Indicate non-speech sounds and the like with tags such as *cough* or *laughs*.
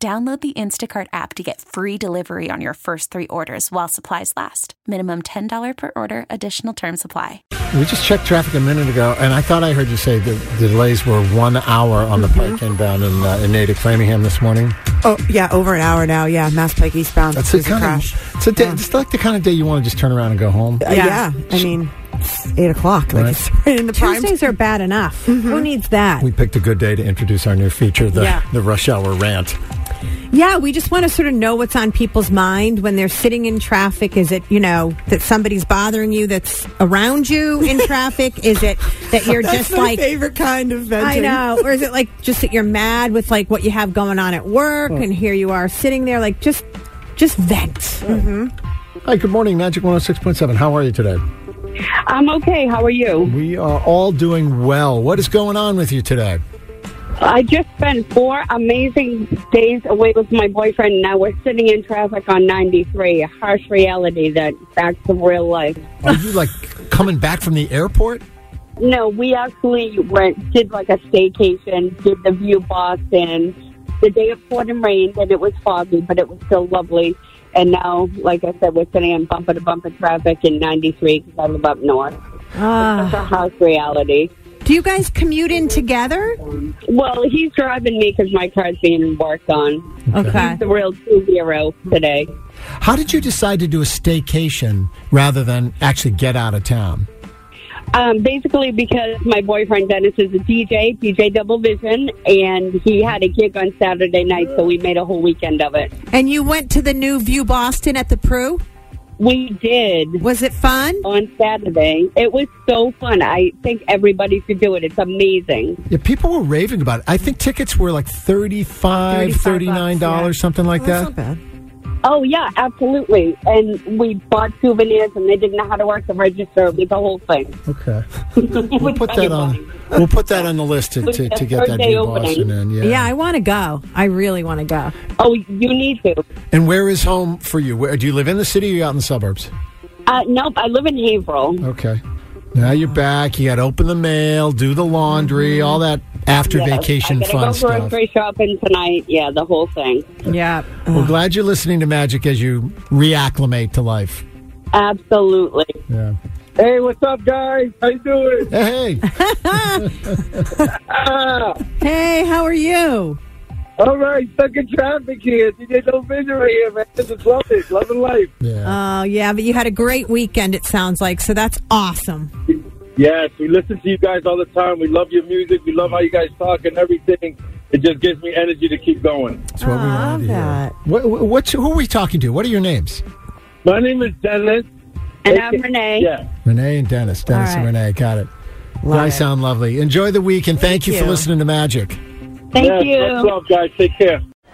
Download the Instacart app to get free delivery on your first three orders while supplies last. Minimum $10 per order, additional term supply. We just checked traffic a minute ago, and I thought I heard you say the, the delays were one hour on the Mm-hmm. Pike inbound in, uh, in Natick, Framingham this morning. Oh yeah, over an hour now. Yeah, Mass Pike eastbound. That's the There's a kind crash. of, it's, a day, it's like the kind of day you want to just turn around and go home. Uh, yeah. I mean, it's eight o'clock. Like Right. it's *laughs* right in the prime. Tuesdays are bad enough. Mm-hmm. Who needs that? We picked a good day to introduce our new feature, the, Yeah. the rush hour rant. yeah, we just want to sort of know what's on people's mind when they're sitting in traffic. Is it, you know, that somebody's bothering you that's around you *laughs* in traffic? Is it that you're That's just my like favorite kind of venting. I know. Or is it like just that you're mad with like what you have going on at work, Oh. and here you are sitting there like just, just vent. Mm. Hi, good morning, Magic 106.7. How are you today? I'm okay. How are you? We are all doing well. What is going on with you today? I just spent four amazing days away with my boyfriend. Now we're sitting in traffic on 93, a harsh reality that that's the real life. Are you *laughs* like coming back from the airport? No, we actually went, did like a staycation, did the view Boston. The day it poured and rained and it was foggy, but it was still lovely. And now, like I said, we're sitting in bumper to bumper traffic in 93 because I live up north. That's a harsh reality. Do you guys commute in together? Well, he's driving me because my car's being worked on. Okay. the real two zero today. How did you decide to do a staycation rather than actually get out of town? Um, basically, because my boyfriend Dennis is a DJ, DJ Double Vision, and he had a gig on Saturday night, so we made a whole weekend of it. And you went to the new View Boston at the Prue. We did Was it fun? on Saturday. It was so fun. I think everybody should do it. It's amazing. Yeah, people were raving about it. I think tickets were like $35, $39, something like That's that. not bad. Oh yeah, absolutely. And we bought souvenirs, and they didn't know how to work the register. It was the whole thing. Okay. *laughs* We'll put that on we'll put that on the list to, to, to get that Thursday view opening. Boston in. Yeah. Yeah, I want to go. I really want to go. Oh, you need to. And where is home for you? Where do you live in the city or you out in the suburbs? Uh, nope, I live in Haverhill. Okay. Now you're back. You got to open the mail, do the laundry, all that after Yes, vacation Mm-hmm. I gotta fun go stuff. grocery shopping tonight. Yeah, the whole thing. Yeah. We're glad you're listening to Magic as you reacclimate to life. Absolutely. Yeah. Hey, what's up, guys? How you doing? Hey, hey. Ah, Hey, how are you? all right, stuck in traffic here. DJ No Vision right here, man. Just love it. Loving life. yeah. Oh, yeah, but you had a great weekend, it sounds like. So that's awesome. Yes, we listen to you guys all the time. We love your music. We love how you guys talk and everything. It just gives me energy to keep going. That's what we wanted to hear. that. What, what's, who are we talking to? What are your names? My name is Dennis. And I'm Renee. Yeah. Renee and Dennis. Dennis and All right. Renee. Got it. You Love guys it. sound lovely. Enjoy the week and thank, you, for you. listening to Magic. Thank yes, you. Much love, guys. Take care.